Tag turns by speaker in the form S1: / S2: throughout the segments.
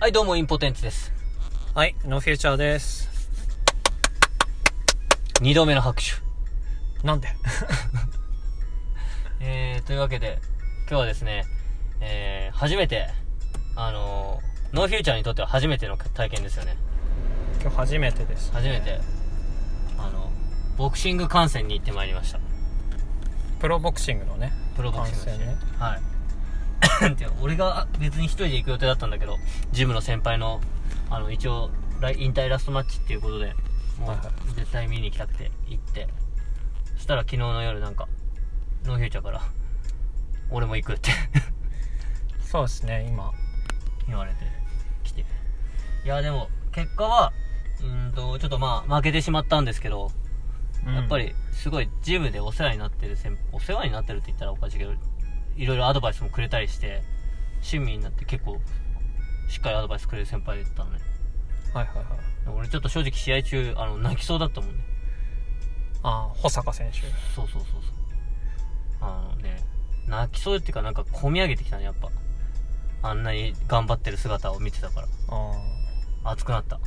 S1: はい、どうも、インポテンツです。
S2: はい、ノーフューチャーです。
S1: 二度目の拍手。
S2: なんで
S1: えー、というわけで、今日はですね、えー、初めて、あのー、ノーフューチャーにとっては初めての体験ですよね。
S2: 今日初めてです。
S1: 初めて、あの、ボクシング観戦に行ってまいりました。
S2: プロボクシングのね。
S1: プロボクシングです
S2: 観戦ね。
S1: はい。 で俺が別に一人で行く予定だったんだけど、ジムの先輩の、あの、一応、来引退ラストマッチっていうことで、も
S2: は
S1: う
S2: いは
S1: 絶対見に行きたくて行って、そしたら昨日の夜なんか、ノーフューチャーから、俺も行くって
S2: そうですね、今。
S1: 言われてきて。いや、でも、結果は、うーんと、ちょっとまあ、負けてしまったんですけど、
S2: うん
S1: やっぱ。りすごいジムでお世話になってる先お世話になってるって言ったらおかしいけどいろいろアドバイスもくれたりして親身になって結構しっかりアドバイスくれる先輩だったのね
S2: はいはいはい。
S1: 俺ちょっと正直試合中あの泣きそうだったもんね
S2: ああ、保坂選手。
S1: そうそうそうそうあのね泣きそうっていうかなんか込み上げてきたねやっぱあんなに頑張ってる姿を見てたから
S2: あ
S1: 熱くなった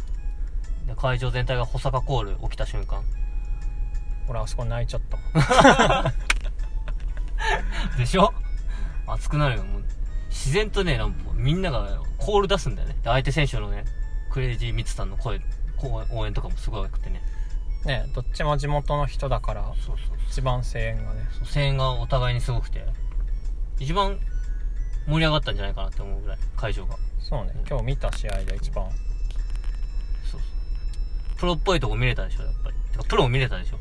S1: で会場全体が保坂コール起きた瞬間
S2: あ、俺あそこ泣いちゃった。
S1: でしょ熱くなるよもう自然とねなんかみんながコール出すんだよねで相手選手のねクレイジーミツさんの声こう応援とかもすごくてね
S2: ねどっちも地元の人だから、
S1: そうそう
S2: 一番声援がね。
S1: そう声援がお互いにすごくて一番盛り上がったんじゃないかなって思うぐらい会場が
S2: そうね
S1: うん、
S2: 今日見た試合で一番。
S1: そうそうプロっぽいとこ見れたでしょやっぱりてかプロも見れたでしょ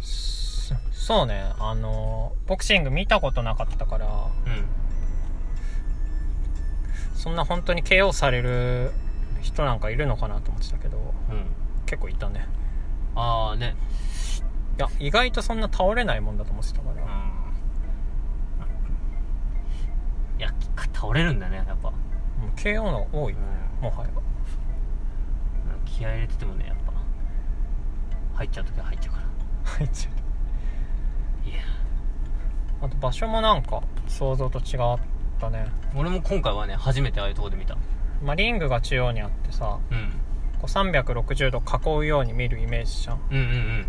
S2: そそうね、あのー、ボクシング見たことなかったから、
S1: うん
S2: そんな本当に KO される人なんかいるのかなと思ってたけど、
S1: うん
S2: 結構いたね。
S1: ああね
S2: いや、意外とそんな倒れないもんだと思ってたから。
S1: うんいや倒れるんだねやっぱ、
S2: もう KO の方が多い、もはや
S1: 気合い入れててもねやっぱ入っちゃう時は入っちゃうから
S2: 入っちゃう
S1: いや
S2: あと場所もなんか想像と違ったね、
S1: 俺も今回はね初めてああいうとこで見た
S2: まあ、リングが中央にあってさ
S1: うん
S2: こう360度囲うように見るイメージじゃん
S1: うんうん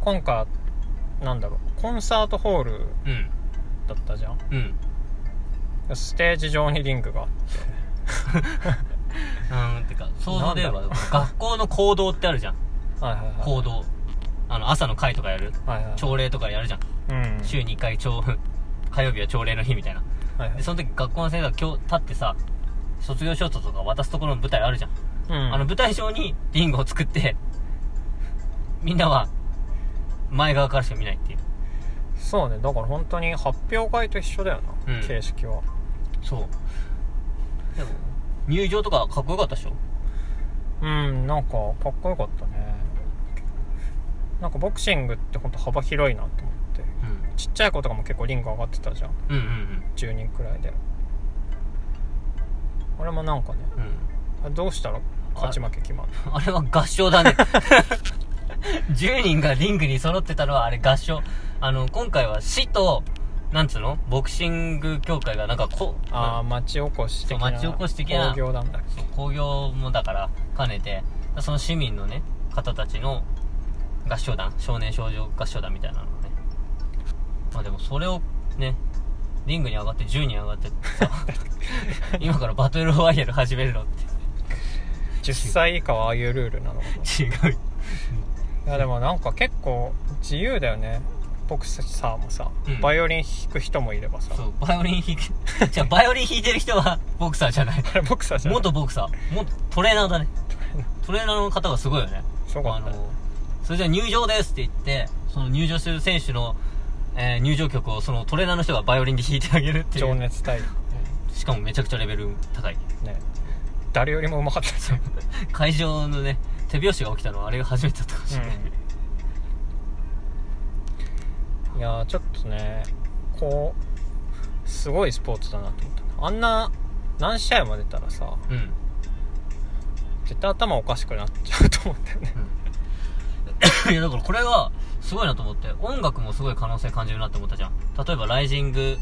S2: 今回はなんだろうコンサートホール
S1: うんうん
S2: だったじゃん
S1: うん
S2: ステージ上にリングが
S1: うんてか想像で言えば
S2: なんだろ
S1: 学校の行動ってある じゃん
S2: はいはいはい
S1: 行動あの朝の会とかやる
S2: はいはい
S1: 朝礼とかやるじゃん
S2: うん
S1: 週に1回朝 火曜日は朝礼の日みたいな
S2: はいはい
S1: でその時学校の先生が今日立ってさ卒業証書とか渡すところの舞台あるじゃん、
S2: うん
S1: あの舞台上にリングを作ってみんなは前側からしか見ないっていう
S2: そうねだから本当に発表会と一緒だよな、
S1: うん
S2: 形式は
S1: そうでも入場とかかっこよかったでしょ
S2: うんなんかかっこよかったねなんかボクシングって本当幅広いなと思って
S1: う
S2: ちっちゃい子とかも結構リング上がってたじゃん
S1: んうんうん
S2: 10人くらいで俺もなんかね
S1: うんうん
S2: あどうしたら勝ち負け決まる
S1: あれは合唱だね 10人がリングに揃ってたのはあれ合唱あの今回は市となんつうのボクシング協会がなんかこう
S2: ああ町おこし的な
S1: そう町おこし的な
S2: 工業なんだっけ
S1: 工業もだから兼ねてその市民のね方たちの合唱団少年少女合唱団みたいなのをねまあでもそれをねリングに上がって10人上がってさ 今からバトルロワイヤル始めるのって
S2: 10歳以下はああいうルールなのかない
S1: 違う
S2: やでもなんか結構自由だよね僕たちさもさ、
S1: うん
S2: バイオリン弾く人もいればさ
S1: そうバイオリン弾いてじゃあバイオリン弾いてる人はボクサーじゃない
S2: あれ僕たち
S1: 元ボクサー元トレーナーだねトレーナーの方がすごいよね
S2: すごかったね
S1: それじゃあ入場ですって言ってその入場する選手の、えー入場曲をそのトレーナーの人がバイオリンで弾いてあげるってい
S2: 情
S1: う、
S2: 熱大陸
S1: しかもめちゃくちゃレベル高い
S2: ね誰よりもうまかったですよ
S1: 会場のね手拍子が起きたのはあれが初めてだったかもしれない、
S2: いやーちょっとねこうすごいスポーツだなと思ったあんな何試合も出たらさ
S1: うん、
S2: 絶対頭おかしくなっちゃうと思ったよね
S1: いやだからこれはすごいなと思って音楽もすごい可能性感じるなって思ったじゃん例えば「ライジング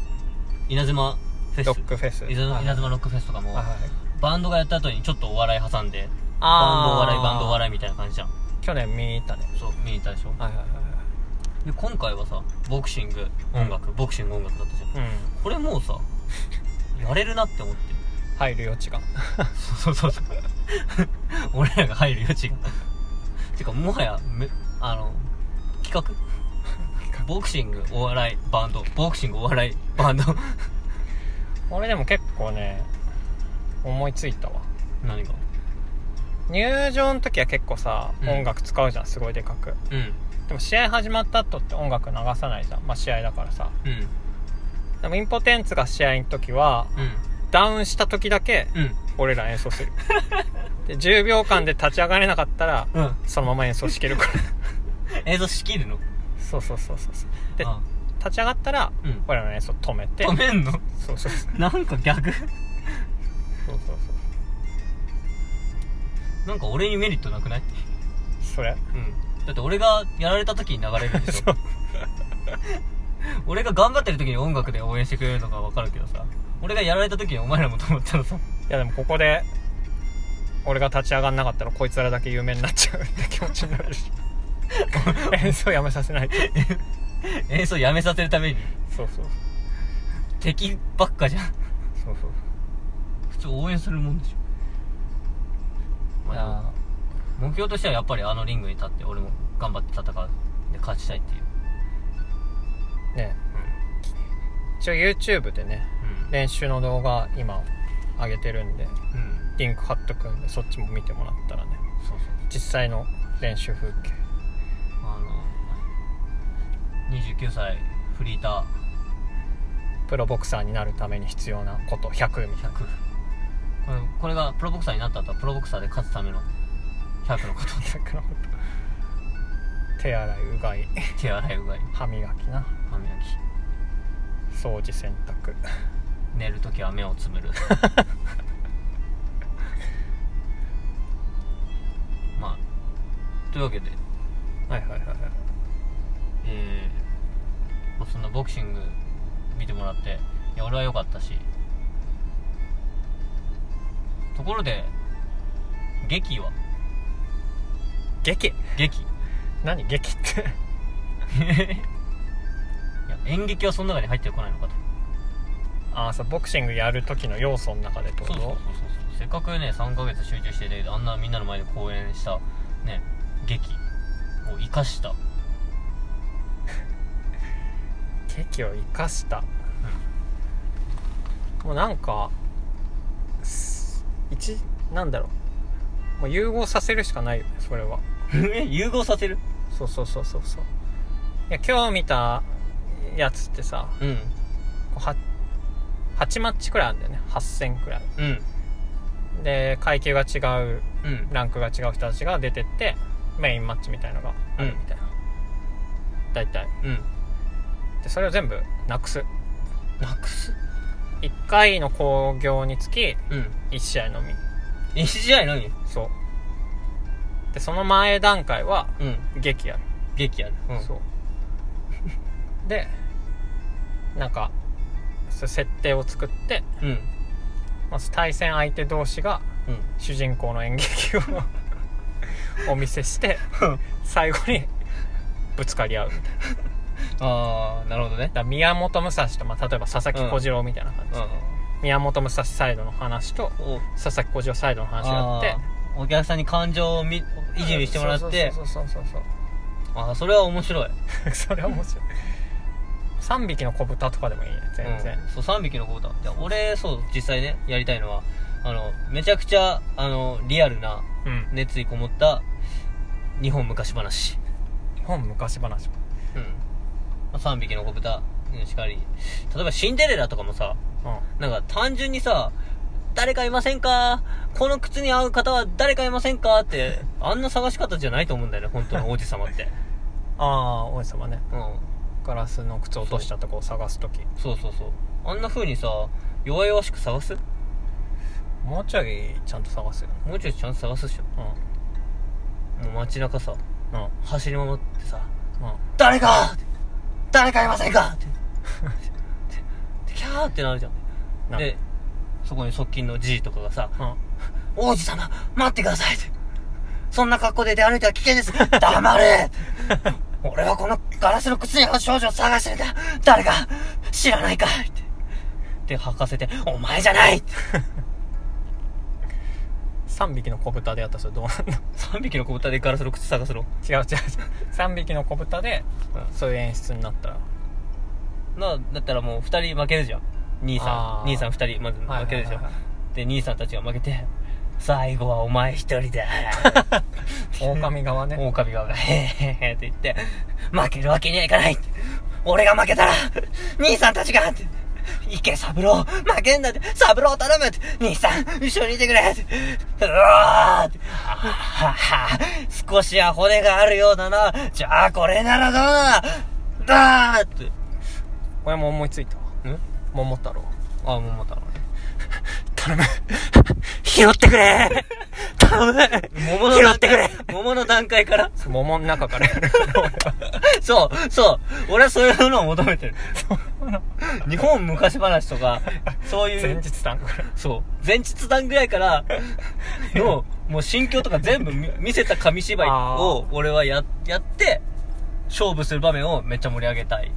S1: 稲妻フェス」
S2: ロックフェス
S1: 稲妻稲
S2: はい
S1: 妻ロックフェスとかも、
S2: はいはい
S1: バンドがやった後にちょっとお笑い挟んでバンドお
S2: あ
S1: 笑いバンドお
S2: い
S1: 笑いみたいな感じじゃん
S2: 去年見たね
S1: そう見に行ったでしょ
S2: はいはいは
S1: で今回はさボクシング音楽、ボクシング音楽だったじゃん
S2: いはいうん
S1: これもう さやれるなって思って
S2: 入る余地が
S1: そうそうそう 俺らが入る余地がてかもはやめあの企画ボクシングお笑いバンドボクシングお笑いバンド
S2: 俺でも結構ね思いついたわ
S1: 何が
S2: 入場の時は結構さ、
S1: うん
S2: 音楽使うじゃんすごいでかく
S1: うん
S2: でも試合始まった後って音楽流さないじゃんまあ試合だからさ
S1: うん
S2: でもインポテンツが試合の時はダウンした時だけ
S1: うんうん
S2: 俺ら演奏するで10秒間で立ち上がれなかったら
S1: うん
S2: そのまま演奏しきるから
S1: 映像仕切るの
S2: そうそうそうそうそうで
S1: あ
S2: 立ち上がったら
S1: うん
S2: 俺らの演奏止めて
S1: 止めんの
S2: そうそうそうそう
S1: なんか逆
S2: そうそう
S1: なんか俺にメリットなくない
S2: それ
S1: うんだって俺がやられた時に流れるんでし
S2: そ
S1: ょ
S2: う
S1: 俺が頑張ってる時に音楽で応援してくれるのがわかるけどさ俺がやられた時にお前らもと思ったらさ
S2: いやでもここで俺が立ち上がんなかったらこいつらだけ有名になっちゃうって気持ちになる し演奏やめさせないと
S1: 演奏やめさせるために
S2: そうそう
S1: 敵ばっかじゃん
S2: そうそう
S1: 普通応援するもんでしょ、
S2: いや
S1: まあ、目標としてはやっぱりあのリングに立って俺も頑張って戦うで勝ちたいっていう
S2: ーね一応 YouTube でね
S1: うん
S2: 練習の動画今上げてるんで
S1: うん、うん、
S2: リンク貼っとくんでそっちも見てもらったらね
S1: そうそう
S2: 実際の練習風景
S1: あの29歳フリータ
S2: プロボクサーになるために必要なこと100み
S1: ー
S2: た
S1: 100
S2: い
S1: これこれがプロボクサーになった後はプロボクサーで勝つための100のこと
S2: な100のこと手洗いうがい
S1: 手洗いうがい
S2: 歯磨きな
S1: 歯磨き
S2: 掃除洗濯
S1: 寝るときは目をつむる まあというわけで、
S2: はいはいはいはい
S1: えーまあ、そんなボクシング見てもらっていや俺は良かったしところで劇は
S2: 劇
S1: 劇い
S2: 何劇って
S1: や演劇はその中に入ってこないのかと
S2: ああさボクシングやる時の要素の中でってこ
S1: そうそうそう
S2: と
S1: そうせっかくね3ヶ月集中しててあんなみんなの前で公演したね劇を生か した
S2: 劇を生かした、もうなんかす一なんだろうもう融合させるしかないよねそれは
S1: え融合させる
S2: そうそうそうそうそういや今日見たやつってさ
S1: うん
S2: こうは8マッチくらいあるんだよね8000くらい
S1: うん
S2: で階級が違う
S1: うん
S2: ランクが違う人たちが出てってメインマッチみたいのがあるみたいな、大体
S1: うん
S2: でそれを全部なくす
S1: なくす
S2: 1回の興行につき
S1: うん
S2: 1試合のみ
S1: HGI のみ
S2: そうでその前段階は
S1: うん
S2: 劇やる、
S1: 劇やるうん
S2: そう でなんかそう設定を作って
S1: うんうん
S2: まず対戦相手同士が主人公の演劇を お見せして最後にぶつかり合うみたいなだか
S1: ああなるほどね
S2: ら宮本武蔵と、まあ、例えば佐々木小次郎みたいな感じ、
S1: う
S2: で
S1: ん
S2: 宮本武蔵サイドの話と
S1: お
S2: 佐々木小次郎サイドの話があって
S1: ーお客さんに感情をみ維持してもらって
S2: そうそうそうそう
S1: ああそれは面白い
S2: そう それは面白い3匹の子豚とかでもいいね全然、
S1: うんそう3匹の子だで俺そう実際ねやりたいのはあのめちゃくちゃあのリアルな
S2: うん
S1: 熱意こもった日本昔話
S2: 日本昔話も
S1: うん、まあ、3匹の子豚うんしかり例えばシンデレラとかもさなんか単純にさ誰かいませんかこの靴に合う方は誰かいませんかってあんな探し方じゃないと思うんだよね本当の王子様 って
S2: ああ王子様ね
S1: うん
S2: ガラスの靴落としたとこを探す時
S1: そうそうそうあんな風にさ弱々しく探す
S2: もうちょいちゃんと探すよ、
S1: もうちょいちゃんと探すでしょ
S2: う
S1: もう街中さ
S2: んうん
S1: 走り回ってさ
S2: うん
S1: 「誰か!」って「 誰かいませんか!」ってででキャーってなるじゃん
S2: な
S1: でそこに側近のじいとかがさ、
S2: うん
S1: 王子様、待ってくださいって。そんな格好で出歩いては危険です。黙れ俺はこのガラスの靴に合う少女を探してるんだ誰か知らないかいって。で、吐かせて、お前じゃないって。
S2: 3匹の子豚でやったらそれどうなんの
S1: 3匹の子豚でガラスの靴探すの
S2: 違う違う違う3匹の子豚で
S1: うん
S2: そういう演出になった ら
S1: な、だったらもう2人負けるじゃん。兄さ
S2: あ
S1: ん、
S2: ー
S1: 兄さん2人、まず負けるでしょ
S2: はいはいはいは。
S1: で、兄さんたちが負けて、最後はお前一人 だ。
S2: 狼側ね
S1: 狼側が、へーへーへーって言って、負けるわけにはいかないって俺が負けたら、兄さんたちがって池三郎、負けんなって、三郎頼むって、兄さん、一緒にいてくれって、うわーって、あはは、少しは骨があるようだな、じゃあこれならどうだだーって。
S2: 俺も思いついたわ
S1: ん
S2: 桃太郎
S1: あ、もうまたね。
S2: 頼む拾ってくれ頼む
S1: 桃の
S2: 拾
S1: 段
S2: ってくれ
S1: 階、桃の段階から。
S2: 桃の中からや る
S1: そう、そう。俺はそういうのを求めてる。日本昔話とか、そういう。
S2: 前日談から
S1: そう。前日談ぐらい から、の、もう心境とか全部見見せた紙芝居を
S2: あ、
S1: 俺はや、やって、勝負する場面をめっちゃ盛り上げたい。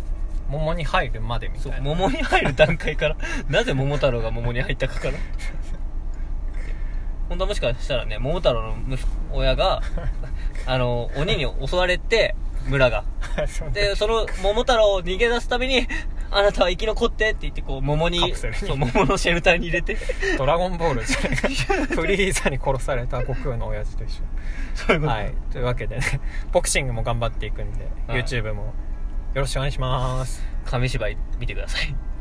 S2: 桃に入るまでみ
S1: そ
S2: た
S1: う、
S2: いな
S1: 桃に入る段階から、なぜ桃太郎が桃に入ったか から。本当はもしかしたらね、桃太郎の息子親が、あの、鬼に襲われて、村が。
S2: そう
S1: で、その桃太郎を逃げ出すために、あなたは生き残ってって言って、こう、桃に
S2: カプセルに
S1: そう、桃のシェルターに入れて、
S2: ドラゴンボールじゃないかフリーザに殺された悟空の親父と一 緒
S1: そういうこと。
S2: はい、というわけでねボクシングも頑張っていくんで、
S1: はい
S2: YouTube もよろしくお願いします
S1: 紙芝居見てください。